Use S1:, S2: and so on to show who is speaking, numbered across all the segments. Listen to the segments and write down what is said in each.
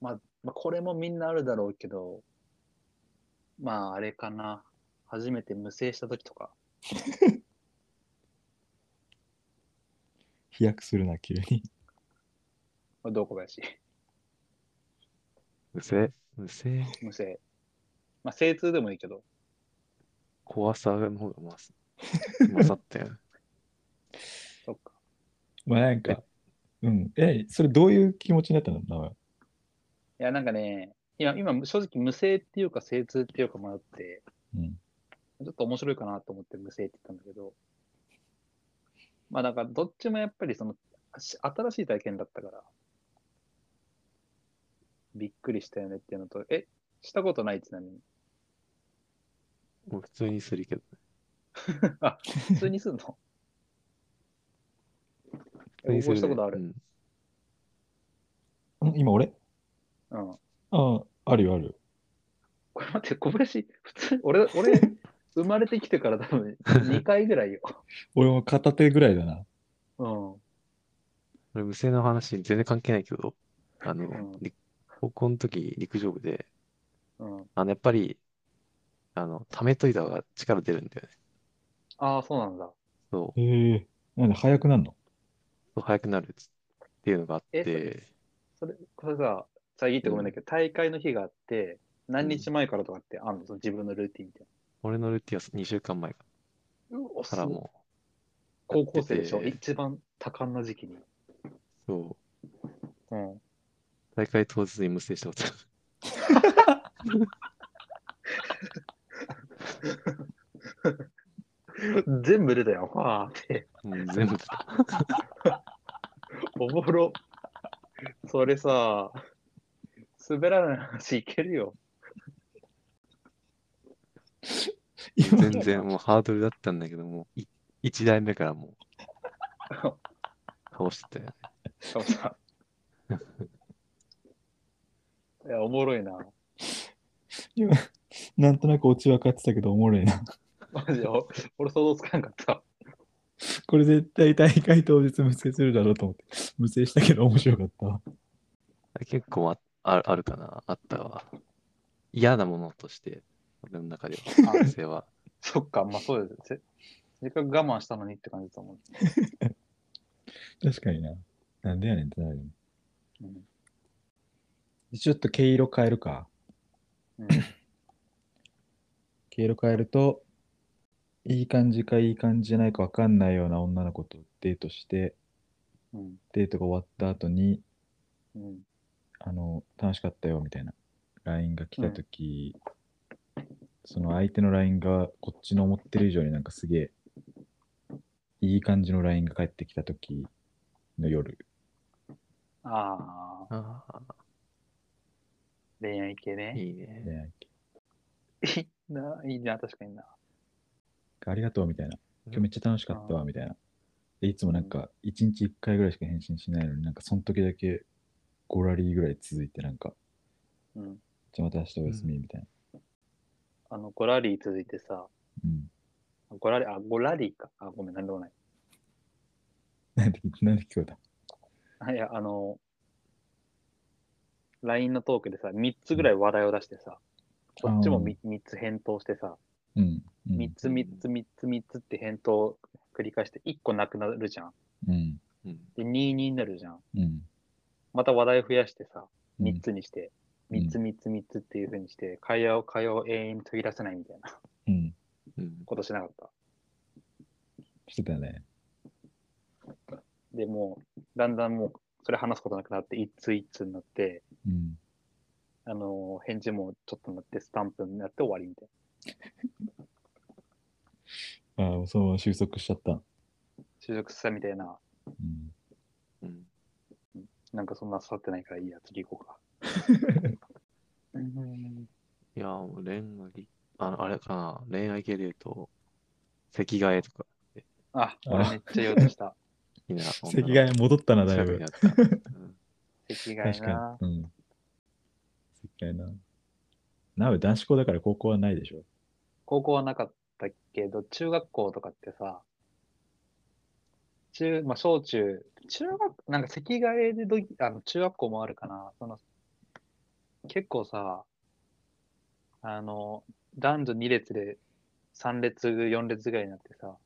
S1: まあ、まあ、これもみんなあるだろうけど、まあ、あれかな。初めて無声した時とか。
S2: 飛躍するな、急に。
S1: まあどう小林。
S3: 無声無声
S1: 無声。まあ、精通でもいいけど。
S3: 怖さの方がます勝っ たよね。
S1: そっか。
S2: まあなんか、うん。え、それどういう気持ちになったの名前
S1: いや、なんかね、いや、今、正直無声っていうか精通っていうか迷って、
S2: うん。
S1: ちょっと面白いかなと思って無声って言ったんだけど、まあ、だからどっちもやっぱりその、し新しい体験だったから、びっくりしたよねっていうのと、え、したことないちなみに。
S3: もう普通にするけど、
S1: あ、普通にすんの
S3: 普
S1: え
S3: 通に
S1: 応
S3: す
S1: 募
S3: る、ね。
S1: したことある。
S3: うん
S2: ん今俺
S1: うん。
S2: ああ、あるよ、あるよ。
S1: これ待って、小林、普通、俺、 俺、生まれてきてから多分2回ぐらいよ。
S2: 俺も片手ぐらいだな。
S1: う
S3: 俺、無声の話に全然関係ないけど、あの、
S1: うん
S3: り高校の時陸上部で、
S1: ん。うん。
S3: あの、やっぱり、あの、溜めといた方が力出るんだよね。
S1: ああ、そうなんだ。
S3: そ
S2: ええなんで早くなるの
S3: う、速くなるっていうのがあっ
S1: え
S3: て、
S1: それ、これさ、さ、言ってごめんだけど、大会の日があって、何日前からとかってあんのその自分のルーティンみたい
S3: 俺のルーティンは2週間前か
S1: な。うお、す
S3: ら
S1: ごい
S3: も
S1: 高校生でしょ
S3: やって
S1: 一番多感な時期に。
S3: う、そ
S1: うん。
S3: う、大会当日に無声したことある。
S1: 全部出たよ。わーって。
S3: うん、全部出た。
S1: おもろ。それさ、滑らない話いけるよ。
S3: 全然もうハードルだったんだけど、もうい一台目からもう、倒してたよね。
S1: しかもさ。いや、おもろいな。
S2: なんとなくオチ分かってたけど、おもろいな。
S1: マジで、お俺想像つかなかった。
S2: これ絶対大会当日無制するだろうと思って、無制したけど面白かった。
S3: 結構あああるかな、あったわ。嫌なものとして、俺の中では、
S1: あ
S3: 女性は。
S1: そっか、まあそうです。せせっかく我慢したのにって感じだもん。
S2: 確かにな。なんでやねんってなるよね
S1: うん
S2: ちょっと毛色変えるか。
S1: うん、
S2: 毛色変えると、いい感じかいい感じじゃないか分かんないような女の子とデートして、
S1: うん、
S2: デートが終わった後に、
S1: うん、
S2: あの、楽しかったよみたいな LINE が来たとき、その相手の LINE がこっちの思ってる以上になんかすげえ、いい感じの LINE が返ってきたときの夜、
S1: ああ、
S3: ああ、
S1: 恋愛系ね。
S3: いいね。
S2: ね、
S1: いいな、いいな、確かにな。
S2: ありがとうみたいな、今日めっちゃ楽しかったわみたいな。でいつもなんか1日1回ぐらいしか返信しないのになんかその時だけ5ラリーぐらい続いてなんか、
S1: うん。
S2: じゃあまた明日おやすみみたいな。
S1: あの、ゴラリー続いてさ、
S2: うん。
S1: ゴラリー、あ、ゴラリーか。あ、ごめん、なんでもない。
S2: なんで、なんで聞こえた
S1: あいや、あの、LINE のトークでさ、3つぐらい話題を出してさ、こっちも 3, つ返答してさ、
S2: うん。うん
S1: 3つ3つ3つ3つって返答を繰り返して1個なくなるじゃん。
S2: うん。
S3: うん、
S1: で、2になるじゃん。
S2: うん。
S1: また話題増やしてさ、
S2: うん
S1: 3つにして、
S2: うん
S1: 3つ3つ3つっていう風にして、会話を会話を永遠に途切らせないみたいな
S2: うん。
S3: うん。
S1: ことしなかった。
S2: してたね。
S1: で、もう、だんだんもう、それ話すことなくなって、一通一通になって、
S2: うん。
S1: あのー返事もちょっとになって、スタンプになって終わりみたい
S2: ああ、もうそのまま収束しちゃった。
S1: な。就職したみたいな、
S2: うん、
S3: うん。
S1: なんかそんな刺さってないからいいや、次行こう か。うーん
S3: いや、もう恋愛、あの、あれかな、恋愛系で言うと、席替えとか、
S1: あ、俺めっちゃ言おうとした。
S3: いいな、
S2: 席替え戻ったな、
S3: 女
S2: だい
S3: の子
S2: ぶ
S3: に。喋りになった。うん
S1: 席替え
S2: 確
S1: な
S2: か。に。うん。席替えな。なお、男子校だから高校はないでしょ。
S1: 高校はなかったけど、中学校とかってさ、中、まあ、小中、中学、なんか席替えでどき、あの、中学校もあるかな、その、結構さ、あの、男女2列で3列、4列ぐらいになってさ、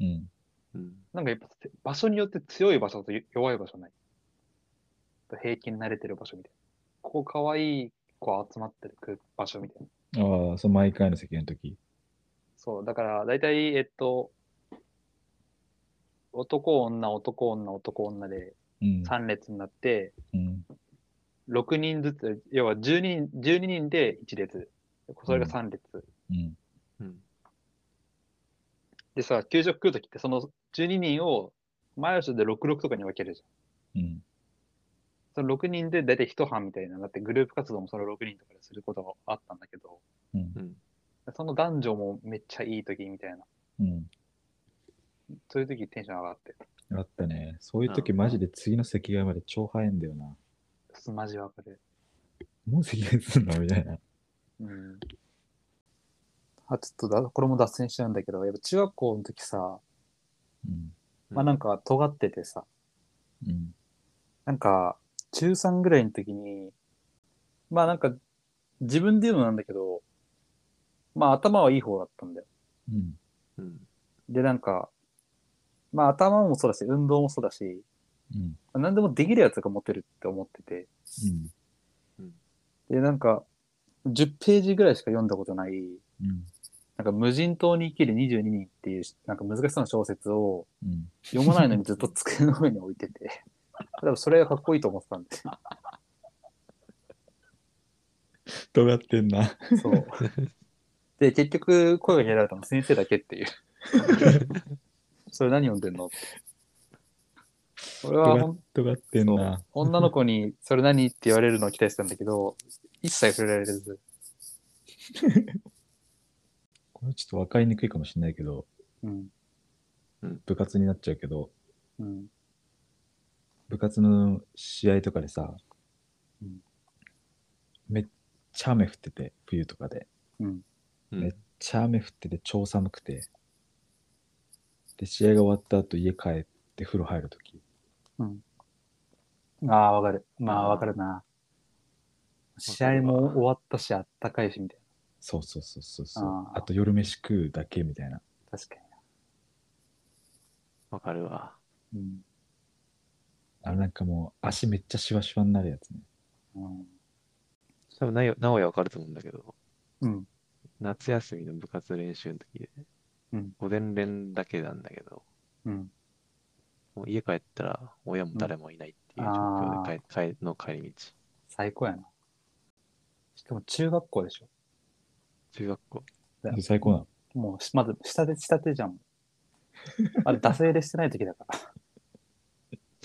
S2: うん。
S3: うん。
S1: なんかやっぱ場所によって強い場所と弱い場所ない。平均慣れてる場所みたいな。ここ可愛い子集まってる場所みたいな。
S2: ああ、そう、毎回の席の時。
S1: そう、だから大体、えっと、男女、男女、男女で
S2: うん。
S1: 3列になって、
S2: うん。
S1: 6人ずつ、要は12人 ,12 人で1列。それが3列。
S2: うん。
S3: うん。
S1: でさ、給食食うときってその12人を前足で66とかに分けるじゃん。
S2: うん。
S1: その6人で大体一班みたいなのになって、グループ活動もその6人とかですることがあったんだけど、
S2: うん
S3: うん。
S1: その男女もめっちゃいい時みたいな、
S2: うん。
S1: そういう時テンション上がって、
S2: あったね。そういう時
S3: うん
S2: マジで次の席替えまで超早いんだよな。
S1: すまじわかる。
S2: もう席替えすんのみたいな。
S1: うん。あ、ちょっとだ、これも脱線しちゃうんだけど、やっぱ中学校の時さ、
S2: うん。
S1: まあなんか尖っててさ、
S2: うん。
S1: なんか中3ぐらいの時に、まあなんか自分で言うのなんだけど、まあ頭はいい方だったんだよ。
S2: うん。
S3: うん。
S1: でなんか、まあ頭もそうだし、運動もそうだし、
S2: うん。
S1: 何でもできるやつが持てるって思ってて。
S2: うん。
S1: で、なんか、10ページぐらいしか読んだことない、
S2: うん。
S1: なんか無人島に生きる22人っていう、なんか難しそうな小説を
S2: うん。
S1: 読まないのにずっと机の上に置いて て。多分それがかっこいいと思ってたんですよ。
S2: 尖ってんな。
S1: そう。で、結局声がけられたの先生だけっていう。それ何読んでんのって。俺はほん
S2: 尖ってんな。
S1: 女の子にそれ何って言われるのを期待してたんだけど、一切触れられず。
S2: これちょっと分かりにくいかもしれないけど、
S1: うん。
S2: 部活になっちゃうけど、
S1: うん。
S2: 部活の試合とかでさ、
S1: うん
S2: めっちゃ雨降ってて、冬とかで。
S1: うん。
S3: うん
S2: めっちゃ雨降ってて超寒くて。で、試合が終わった後家帰って風呂入るとき、
S1: ああ、わかる。まあ、わかるな。試合も終わったし、あったかいし、みたい
S2: そうそうそうそうそう
S1: あ
S2: あ
S1: ー
S2: と夜飯食うだけみたいな。
S1: な。確か
S3: わかるわ。
S1: に。
S2: あれなんかもう足めっちゃシワシワになるやつね。
S1: うん。
S3: 多分なよ、直哉わかると思うんだけど、
S1: うん。
S3: 夏休みの部活練習の時で、
S1: うん
S3: 午前練だけなんだけど、
S1: うん。
S3: もう家帰ったら親も誰もいないっていう状況で帰、帰の帰り道。
S1: 最高やな。しかも中学校でしょ。
S3: 中学校。
S1: うん
S2: で最高なの。
S1: もうし、まず、下で、下手じゃん。あれ、惰性でしてない時だか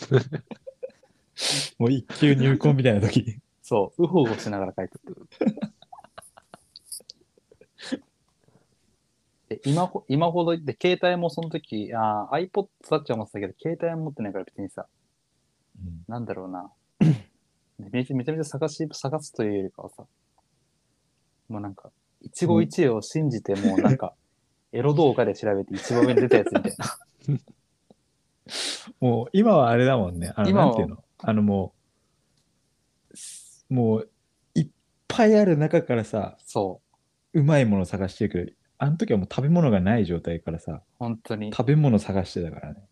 S1: ら。
S2: もう一級入魂みたいなと き。
S1: そう、うほうほしながら書いてる。え今ほ今ほど、で、携帯もその時、あー iPod だっちゃ思ってたけど、携帯は持ってないから別にさ、
S2: うん
S1: なんだろうな。めちゃめちゃめちゃ探し、探すというよりかはさ、もうなんか、一期一会を信じて、もうなんか、エロ動画で調べて一番上に出たやつみたいな。
S2: もう今はあれだもんね。あの、
S1: 今は
S2: なんていうのあのもう、すもういっぱいある中からさ、
S1: そう。
S2: うまいものを探してるけど、あの時はもう食べ物がない状態からさ、
S1: 本当に。
S2: 食べ物探してたからね。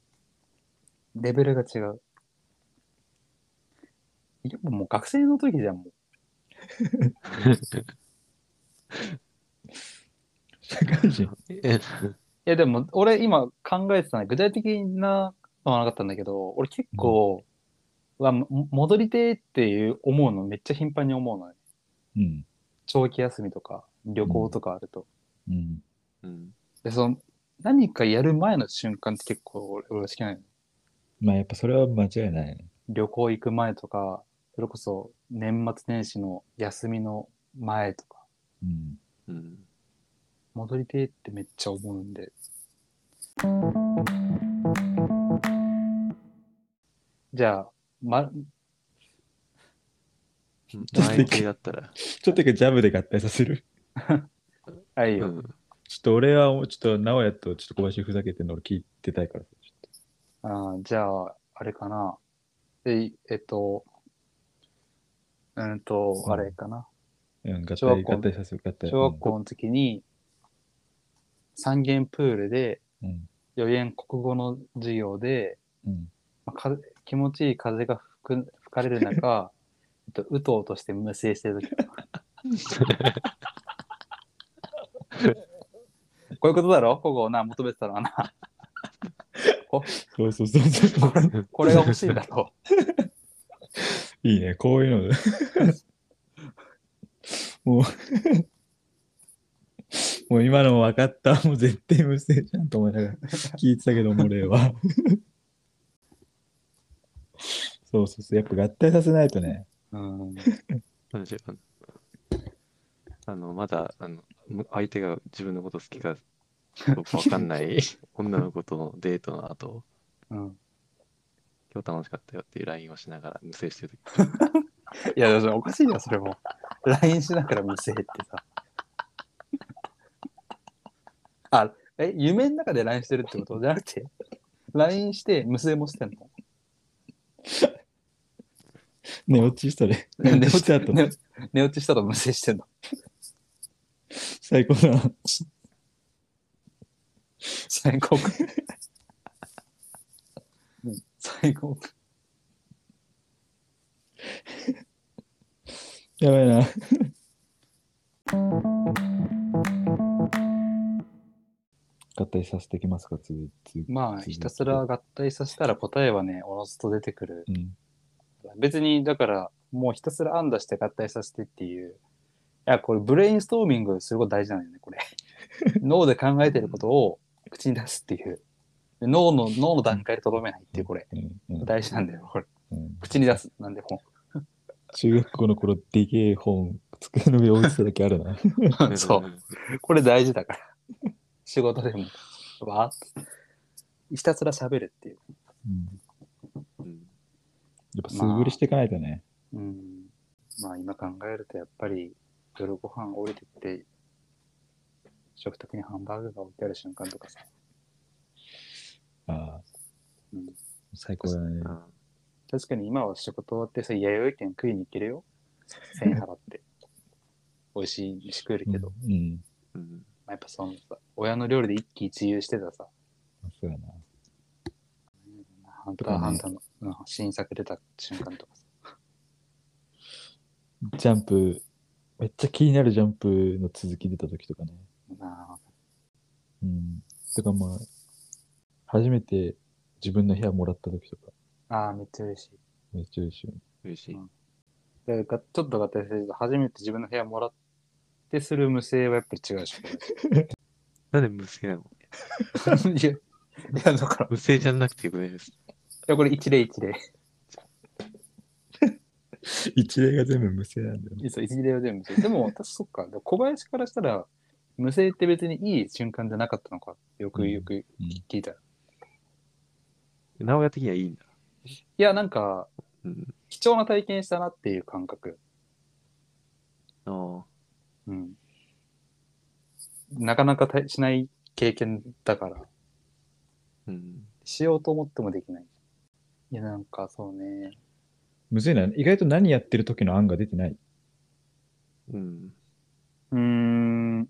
S1: レベルが違う。いや、もう学生の時じゃん、もう。
S2: 社会人。
S3: え
S1: いや、でも、俺今考えてたね。具体的なのはなかったんだけど、俺結構、は戻りてーっていう思うのめっちゃ頻繁に思うのね。
S2: うん。
S1: 長期休みとか、旅行とかあると。
S2: うん。
S3: うん。
S1: で、その、何かやる前の瞬間って結構俺俺好きなのよ。
S2: まあやっぱそれは間違いないね。
S1: 旅行行く前とか、それこそ年末年始の休みの前とか、
S2: うん。
S3: うん。
S1: 戻りてえってめっちゃ思うんで。じゃあ、ま、
S3: 前系だったら。
S2: ちょっと一回ジャブで合体させる。
S1: あいういよ。
S3: ん。
S2: ちょっと俺は、ちょっと直哉とちょっと小林ふざけてるの俺聞いてたいから。
S1: あーじゃあ、あれかな。え、えっと、うんと、
S2: うん
S1: あれかな。
S2: うん、合
S1: 小学
S2: 体、
S1: 校
S2: 合体させる、合体。
S1: 小学校の時に、三元プールで、
S2: うん。
S1: 4元国語の授業で、
S2: うん。
S1: まあ、風気持ちいい風が吹く吹かれる 中、えっと、うとうとして無声してる時。 こういうことだろここをな、求めてたのはな。
S2: そうそうそうそう。
S1: これが欲しいんだろ
S2: いいね、こういうの。もう、もう今のも分かった。もう絶対無声じゃんと思いながら聞いてたけど、もう俺は。そうそうそう。やっぱ合体させないとね。
S1: う。うん。
S3: なんでしょうあのあの、まだ、あの、む相手が自分のこと好きか、僕わかんない 女の子とのデートの後、
S1: うん。
S3: 今日楽しかったよっていう LINE をしながら無制してる時
S1: いや、でもおかしいよ、それも。LINE しながら無声ってさ。あ、え、夢の中で LINE してるってことじゃなくて、LINE して無声もしてん の
S2: 寝落ちしたね。寝落ちしたと。
S1: 寝落ち寝落ちしたと無声してんの。
S2: 最高だな。
S1: 最高か。うん最高か。
S2: やばいな。合体させてきますか、つつ
S1: まあ、ひたすら合体させたら答えはね、おのずと出てくる。
S2: うん。
S1: 別に、だから、もうひたすら案出して合体させてっていう。いや、これ、ブレインストーミングすること大事なんだよね、 これ。脳で考えてることを口に出すっていう。で脳の、脳の段階でとどめないっていう、これ。
S2: うんうん
S1: 大事なんだよ、これ。
S2: うん
S1: 口に出す。なんで、も
S2: 中学校の頃、でけえ本、机の上置いてただけあるな。
S1: う。 そう。これ大事だ から。仕事でも。わーっとひたすら喋るっていう。
S2: うん
S3: うん。
S2: やっぱ素振りしていかないとね。
S1: うん。まあ今考えるとやっぱり夜ご飯降りてって食卓にハンバーグが置いてある瞬間とかさ。
S2: ああ
S1: うん、
S2: 最高だね。
S3: あ
S1: 確かに今は仕事終わってさ、弥生県食いに行けるよ。1000円払 って。美味しい飯食えるけど。ま
S2: うん。うん
S3: うん。
S1: あやっぱそのさ、親の料理で一喜一憂してたさ、
S2: そうやな。
S1: ハンターハンターの、うん新作出た瞬間とかさ。
S2: ジャンプ、めっちゃ気になるジャンプの続き出た時とかね。
S1: まあ、
S2: うん。とかまあ、初めて自分の部屋もらった時とか、
S1: ああ、めっちゃ嬉しい。
S2: めっちゃ嬉しいよね。
S3: 嬉しい。
S1: でがちょっと合体すると初めて自分の部屋もらってする無声はやっぱり違うでしょ。
S3: なんで無制なの
S1: いや、いやだから、い
S3: 無制じゃなくてよくないです。
S1: や、これ一例一例。
S2: 一例が全部無声なんだよね。
S1: そう一例は全部無声。でも、私、そっか。でも小林からしたら、無声って別にいい瞬間じゃなかったのか。よくよく
S2: うん
S1: 聞いたら。
S3: 直哉的にはいいんだ。
S1: いや、なんか、
S3: うん。
S1: 貴重な体験したなっていう感覚。
S3: あ
S1: うん。なかなかたしない経験だから、
S3: あ。うん。
S1: しようと思ってもできない。いや、なんかそうね。
S2: むずいな。意外と何やってる時の案が出てない。
S3: うん。
S1: うーん。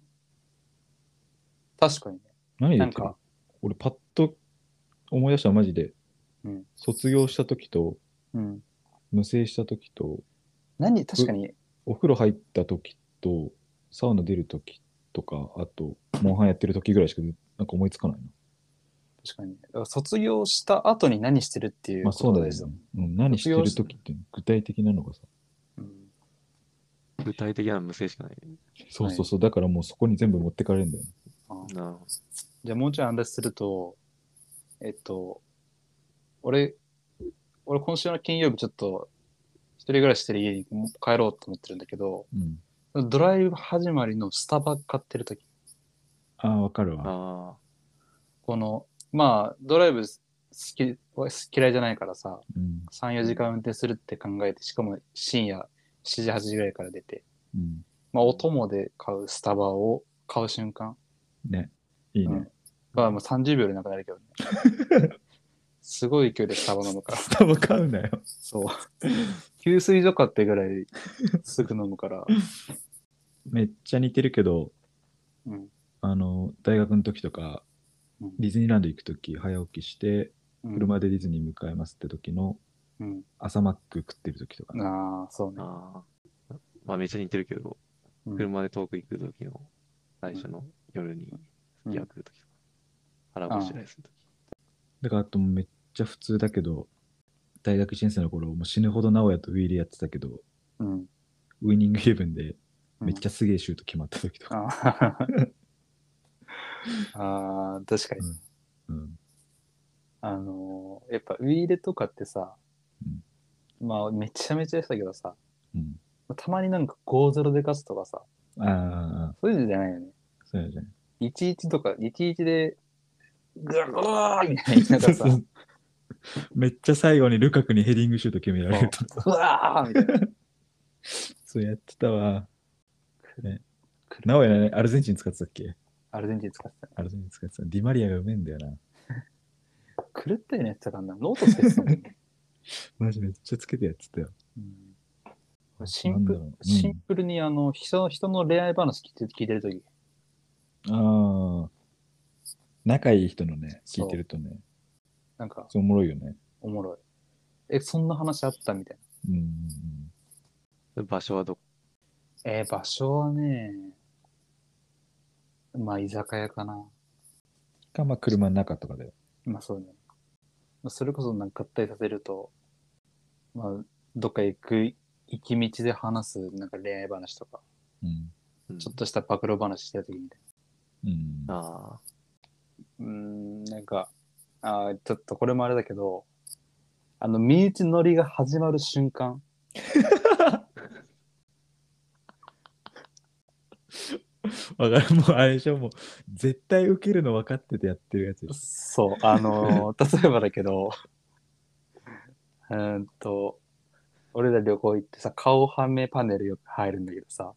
S1: 確かにね。
S2: 何
S1: な
S2: やっ
S1: ん
S2: てる
S1: か、
S2: 俺パッと思い出したのマジで、
S1: うん
S2: 卒業した時と、
S1: うん。
S2: 無声した時と、
S1: 何、確かに、
S2: お風呂入った時と、サウナ出る時とか、あと、モンハンやってる時ぐらいしか、なんか思いつかないな。
S1: 確かに。だから卒業した後に何してるっていう
S2: まあ
S1: こ
S2: そう
S1: と
S2: だ
S1: で
S2: よ
S1: すよ。
S2: ね。うん、何してる時って具体的なのがさ。
S1: うん
S3: 具体的な無制しかない。
S2: そうそうそう、だからもうそこに全部持ってかれるんだよね。
S1: あ
S3: なるほど。
S1: じゃあもうちょい話すると、えっと、俺、俺今週の金曜日ちょっと一人暮らししてる家に帰ろうと思ってるんだけど、
S2: うん。
S1: ドライブ始まりのスタバ買ってる時
S2: ああ、わかるわ。
S3: あ
S1: この、まあドライブ好き、嫌いじゃないからさ、
S2: うん。
S1: 3、4時間運転するって考えて、しかも深夜7時、8時ぐらいから出て、
S2: うん。
S1: まあお供で買うスタバを買う瞬間、
S2: ね。いいね。
S1: うんまあもう30秒でなくなるけどね。すごい勢いでスタバ飲むから。
S2: スタバ買うなよ。
S1: そう。給水所かってぐらいすぐ飲むから。
S2: めっちゃ似てるけど、
S1: うん。
S2: あの、大学の時とか、
S1: うん
S2: ディズニーランド行く時、早起きして、
S1: うん。
S2: 車でディズニー迎えますって時の、
S1: うん。
S2: 朝マック食ってる時とか、
S1: ああ、そうね。
S3: ああ。まあめっちゃ似てるけど、
S1: うん
S3: 車で遠く行くときの最初の夜に
S1: う
S3: 夜
S1: ん
S3: 食うときとか、腹ごしらえするとき。
S2: だからあとめっちゃ普通だけど、大学1年生の頃、もう死ぬほど直哉とウィーリーやってたけど、
S1: うん。
S2: ウィニングイレブンでめっち
S1: ゃ。
S2: ゃすげえシュート決まった時とか。
S1: あー あー、確かに。
S2: うん。
S1: あのーやっぱウィーレとかってさ、まあめちゃめちゃでしたけどさ、
S2: うん。
S1: たまになんか5-0で勝つとかさ、
S2: ああ、
S1: そういうのじゃないよね。
S2: そうやじゃん。
S1: 11とか、11で、ぐわぐわーみたいに なんかさ、
S2: めっちゃ最後にルカクにヘディングシュート決められると。
S1: うわーみたいな。
S2: そうやってたわ。ね。直哉ね、アルゼンチン使ってたっけ
S1: アルゼンチン使ってたね。
S2: アルゼンチン使ってた。ディマリアがうめえんだよな。
S1: 狂ったようにやってたからな。ノートつけてた もんね。
S2: マジめっちゃつけてやってたよ。
S1: うんシンプ
S2: なんだろう
S1: シンプルにあの人の人の恋愛話聞いて聞いてるとき、
S2: ああ。仲いい人のね、
S1: そう
S2: 聞いてるとね、
S1: なんか
S2: そうおもろいよね。
S1: おもろい。え、そんな話あったみたい
S2: うんうん
S3: 場所はどこ
S1: な。えー場所はね、まあ居酒屋かな。
S2: うん。か、まあ、車の中とかで。
S1: まあそうね。まあそれこそなんか合体させると、まあどっか行く行き道で話すなんか恋愛話とか、
S2: うん。
S3: うん
S1: ちょっとした暴露話してるときみたい
S2: うん。
S3: あ
S1: な。うーん、なんか、あーちょっとこれもあれだけど、あの、身内乗りが始まる瞬間、
S2: わかる。もうあれでしょ、もう、絶対受けるの分かっててやってるやつでしょ。
S1: そう、あのー例えばだけど、うーんと、俺ら旅行行ってさ、顔はめパネルよく入るんだけどさ、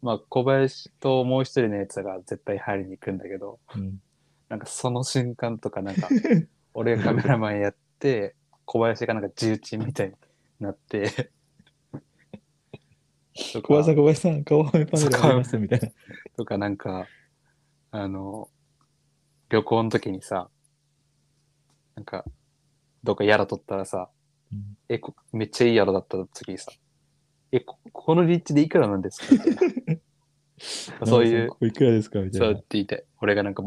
S1: まあ小林ともう一人のやつが絶対入りに行くんだけど、
S2: うん。
S1: なんかその瞬間とかなん か、俺がカメラマンやって、小林がなんか重鎮みたいになって、と
S2: 小
S1: か
S2: 林さん、小林さん、顔はめパネルありますみたいな。
S1: とかなんか、あの、旅行の時にさ、なんか、どっかやら取ったらさ、
S2: うん
S1: え、こめっちゃいいやろだった時にさ、え、ここの立地でいくらなんですかみたい な そういう
S2: こ、こいくらですかみたい
S1: そう
S2: な。
S1: って言って、俺がなんか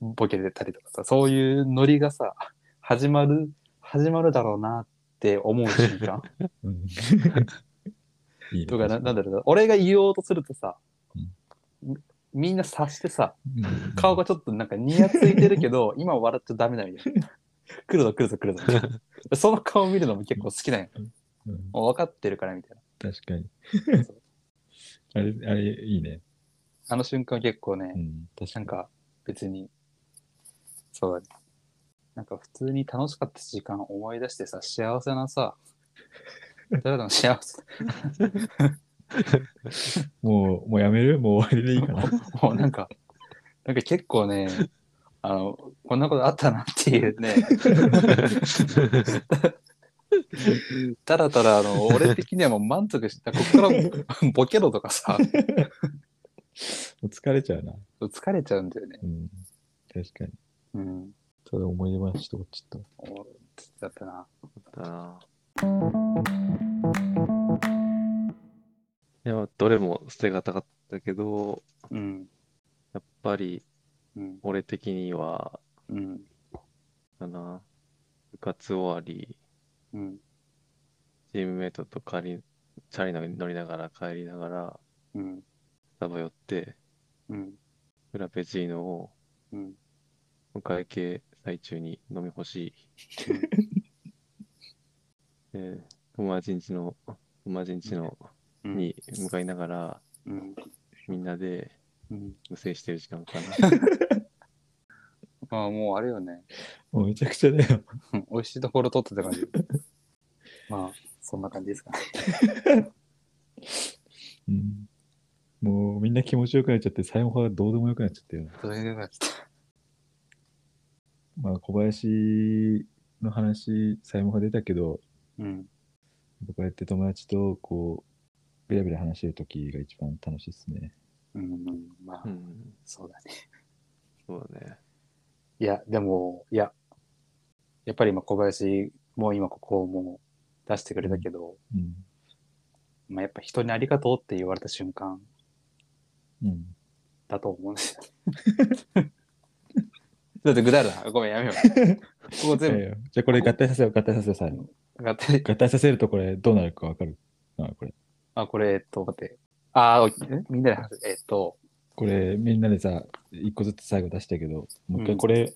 S1: ボケてたりとかさ、そういうノリがさ、始まる、始まるだろうなって思う瞬 間
S2: うん。いいね
S1: とかな、なんだろうな、俺が言おうとするとさ、みみんな察してさ、
S2: うん
S1: 顔がちょっとなんかニヤついてるけど、今笑っちゃダメだみたいな。来るぞ来るぞ来るぞみたい な。その顔見るのも結構好きなんよ。
S2: うん
S1: もう分かってるからみたい
S2: 確かに。
S1: な。そう
S2: あれ、あれ、いいね。
S1: あの瞬間結構ね、
S2: うん。確か
S1: なん
S2: に。
S1: か別に、そうだね。なんか普通に楽しかった時間を思い出してさ、幸せな さ、ただの幸せ、
S2: もう、もうやめるもう終わりでいい かな。
S1: もうなんか、なんか結構ね、あの、こんなことあったなっていう ね、
S3: あ。
S1: ただただあの、俺的にはもう満足した。ここから ボケろとかさ、
S2: もう疲れちゃうな。
S1: 疲れちゃうんだよね。
S2: うん。確かに。
S1: うん。
S2: ただ思い出話とかちょっと。
S1: おだったな。
S3: だないや、どれも捨てがたかったけど、
S1: うん。
S3: やっぱり
S1: うん。
S3: 俺的には、
S1: うん。
S3: だな、部活終わり、
S1: うん。
S3: チームメイトと帰り、チャリの乗りながら帰りながら、
S1: うん。
S3: スタバ寄って、
S1: うん。
S3: フラペチーノを
S1: うん。
S3: お会計最中に飲み干 し、で友達んちの、友達んちの
S1: うん。
S3: に向かいながら、
S1: うん。
S3: みんなで
S1: うん。
S3: 無制してる時間か な。
S1: まあ、もうあれよね。
S2: もうめちゃくちゃだよ。
S1: うん美味しいところ取ってた感じ。 まあ、そんな感じですかね。
S2: うん。もうみんな気持ちよくなっちゃって、最後はどうでもよくなっちゃったよ。
S1: それでは
S2: まあ、小林の話、最後は出たけど、
S1: うん。
S2: こうやって友達とこう、ベラベラ話してる時が一番楽しいですね。
S1: うん、まあ、
S3: うん。
S1: そうだね。
S3: そうだね。
S1: いや、でも、いや、やっぱり今小林も今ここも出してくれたけど、
S2: うん。
S1: まあやっぱ人にありがとうって言われた瞬間
S2: うん。
S1: だと思うんですよ。 だってぐだるな。ごめん、やめよ う。ここ全
S2: えーじゃあこれ合体させよう、合体させよう、最後。
S1: 部上がって、
S2: 合体させるとこれどうなるかわかるあ、これ。
S1: あ、これ、えっと、待って。あー、えみんなで話す。えっと、
S2: これみんなでさ、一個ずつ最後出したけど、もう一
S1: う
S2: 回
S1: ん
S2: これ、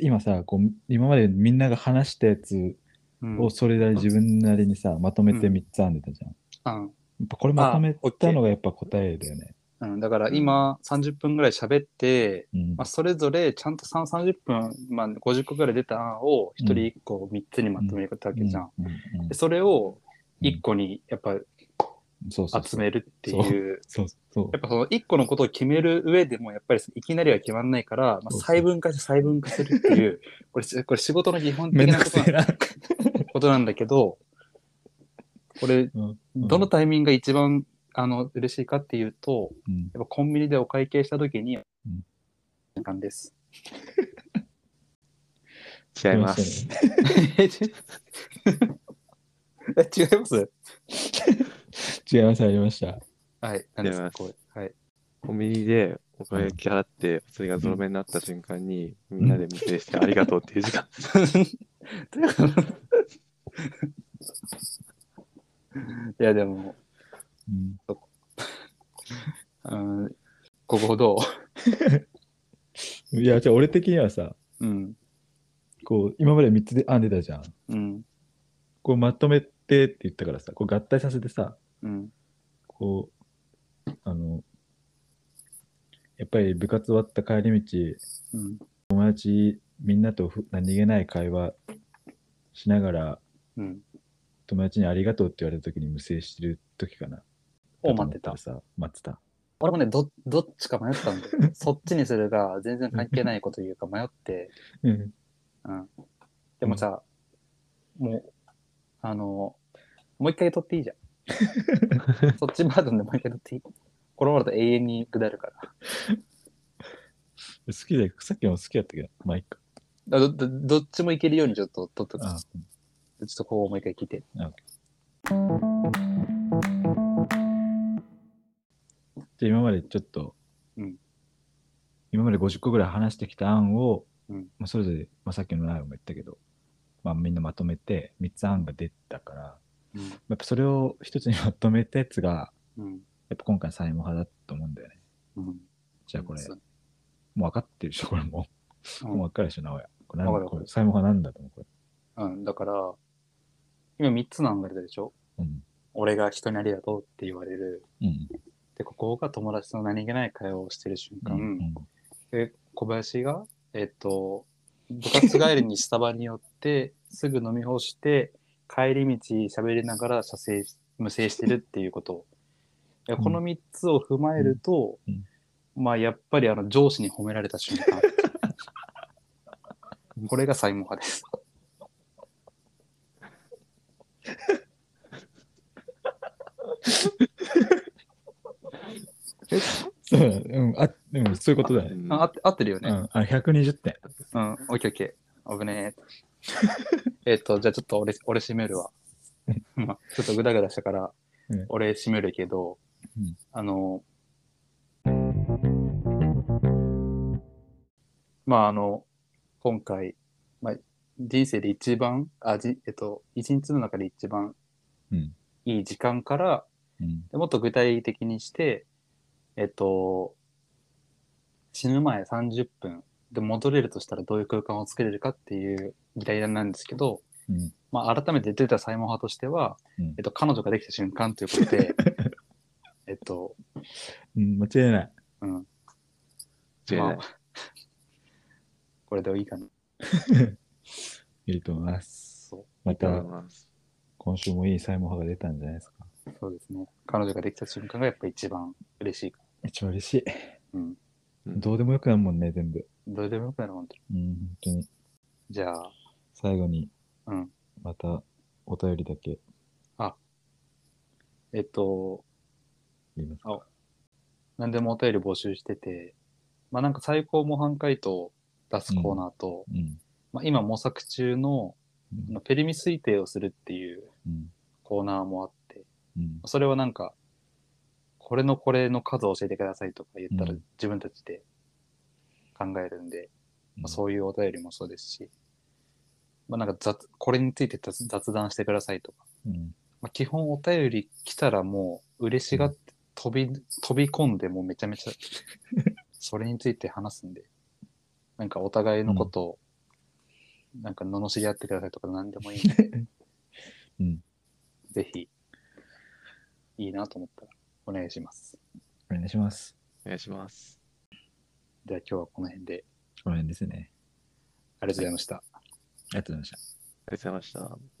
S2: 今さこう、今までみんなが話したやつ
S1: うん。
S2: をそれなり自分なりにさ、まとめて
S1: うん
S2: 3つ編んでたじゃん。
S1: うん
S2: やっぱこれまとめたのがやっぱ答えだよね。
S1: うん、だから今30分ぐらい喋って、
S2: うん
S1: まあ、それぞれちゃんと3 30分、まあ、50個ぐらい出た案を1人1個3つにまとめたわけじゃん。
S2: うんうん
S1: でそれを1個にやっぱ
S2: そうそう
S1: 集
S2: そう。
S1: めるっていう、
S2: そうそう
S1: やっぱその1個のことを決める上でもやっぱりいきなりは決まんないから、まあ、
S2: そうそう
S1: 細分化して細分化するって いう、これこれ仕事の基本
S2: め
S1: 的な
S2: んどく
S1: こと
S2: せ
S1: な
S2: えな。
S1: ことなんだけど、これ、どのタイミングが一番あの嬉しいかっていうと、
S2: うん
S1: やっぱコンビニでお会計したときに、
S2: ん
S1: 時間です。
S3: 違います。。
S1: え違います
S2: 違います、ありました。
S1: はい、何です
S3: 違い
S1: か
S3: ます
S1: これ。はい。
S3: コンビニでお金払って、それがゾロ目になった瞬間に、みんなで無制してありがとうっていう時間。
S1: いや、でも、
S2: うん
S1: うん、ここど
S2: いや、じゃあ俺的にはさ、
S1: ううん、
S2: こう、今まで3つで編んでたじゃん。
S1: うん、
S2: こう、まとめてって言ったからさ、こう、合体させてさ、
S1: うん、
S2: こう、あの、やっぱり部活終わった帰り道、
S1: うん、
S2: 友達、みんなとふ何気ない会話しながら、
S1: うん。
S2: 友達にありがとうって言われた時に無制してる時かな。
S1: を待ってた。
S2: さ、待ってた。
S1: 俺もね、ど、どっちか迷ったんだよ。そっちにするが、全然関係ないこと言うか迷って、
S2: うん。
S1: でもさ、もう、あの、もう一回撮っていいじゃ ん。そっちバージョンでもう一回撮っていいこのままだと永遠に下るから。
S2: 好きだよ。さっきも好きだったけど、まあ、いっか。
S1: だどどどっちもいけるようにちょっと撮っとく。ちょ
S2: あ
S1: っとこうもう一回聞いて。
S2: じゃあ今までちょっと、
S1: うん
S2: 今まで50個ぐらい話してきた案を、
S1: うん
S2: まあ、それぞれ、まあ、さっきのライオンも言ったけど、まあ、みんなまとめて3つ案が出たから
S1: うん。
S2: やっぱそれを一つにまとめたやつが
S1: うん。
S2: やっぱ今回サイモ派だと思うんだよね
S1: うん。
S2: じゃあこれ、
S1: そう
S2: もう分かってるでしょこれもう、
S1: うん
S2: もう分かるでしょ直哉これなん
S1: わかるわか
S2: こ
S1: る
S2: れサイモ派なんだと思うこ
S1: うん。だから、今3つの案が出たでしょ
S2: れうん
S1: 俺が人にありがとうって言われる。
S2: うん
S1: で、ここが友達と何気ない会話をしてる瞬
S2: う
S1: 間、
S2: ん
S1: で、小林が、えっと、部活帰りにスタバに寄 って、すぐ飲み干して、帰り道喋りながら射精し、無精してるっていうこと。いやこの3つを踏まえると、
S2: うん
S1: まあ、やっぱりあの上司に褒められた瞬 間。これがサイモン派 です。
S2: そうだうんあうんそういうことだ
S3: う
S2: ね
S3: ん
S1: あ合って合ってるよ
S2: う
S1: ね。
S2: んあ120点
S1: うん、オッケーオッケー。危ね え。えっと、じゃあちょっと俺、俺閉めるわ。まあ、ちょっとグダグダしたから
S2: うん、
S1: 俺閉めるけど、
S2: うん
S1: あの、まああの、今回、まあ、人生で一番、あ、じえっと、一日の中で一番
S2: うん
S1: いい時間から、
S2: うん
S1: でもっと具体的にして、えっと、死ぬ前30分で戻れるとしたらどういう空間を作れるかっていう議題なんですけど、
S2: うん
S1: まあ、改めて出たサイモン派としては、
S2: うん
S1: えっと、彼女ができた瞬間ということ で、えっと、
S2: うん間違いない
S1: うん、
S3: 違いな
S1: ま
S3: い
S1: あ。、これでいいかな。
S2: いいと思います
S1: そ
S2: ま
S3: ありが
S2: た
S3: とうございます
S2: 今週もいいサイモン派が出たんじゃないですか。
S1: う、そうですね。彼女ができた瞬間がやっぱ一番嬉しい。
S2: 一番嬉しい。
S1: うん。
S2: どうでもよくなるもんね、全部。
S1: どれでもよくなるもんね
S2: うん、本当に。
S1: じゃあ、
S2: 最後に、
S1: うん。
S2: またお便りだけ。
S1: あえっと、
S2: 言います
S1: あ何でもお便り募集してて、まあなんか最高模範解答を出すコーナーと、
S2: うん。
S1: まあ今模索中の
S2: う
S1: あ
S2: ん
S1: のペリミ推定をするっていう
S2: うん。
S1: コーナーもあって、
S2: うん。
S1: それはなんか、これのこれの数を教えてくださいとか言ったら
S2: うん
S1: 自分たちで考えるんで、まあ、
S2: う
S1: そういうお便りもそうですし、まあなんか雑、これについて雑雑談してくださいとか、
S2: ん。うん。
S1: まあ、基本お便り来たらもう嬉しがって飛び、飛び込んでもうめちゃめ ちゃそれについて話すんで、なんかお互いのことを、なんか罵り合ってくださいとか何でもいいんで、
S2: うん
S1: ぜひ、いいなと思ったらお願いします。
S2: お願いします。
S3: お願いします。
S1: では今日はこの辺で
S2: この辺ですね。
S1: ありがとうございました。
S2: ありがとうございました。
S3: ありがとうございました。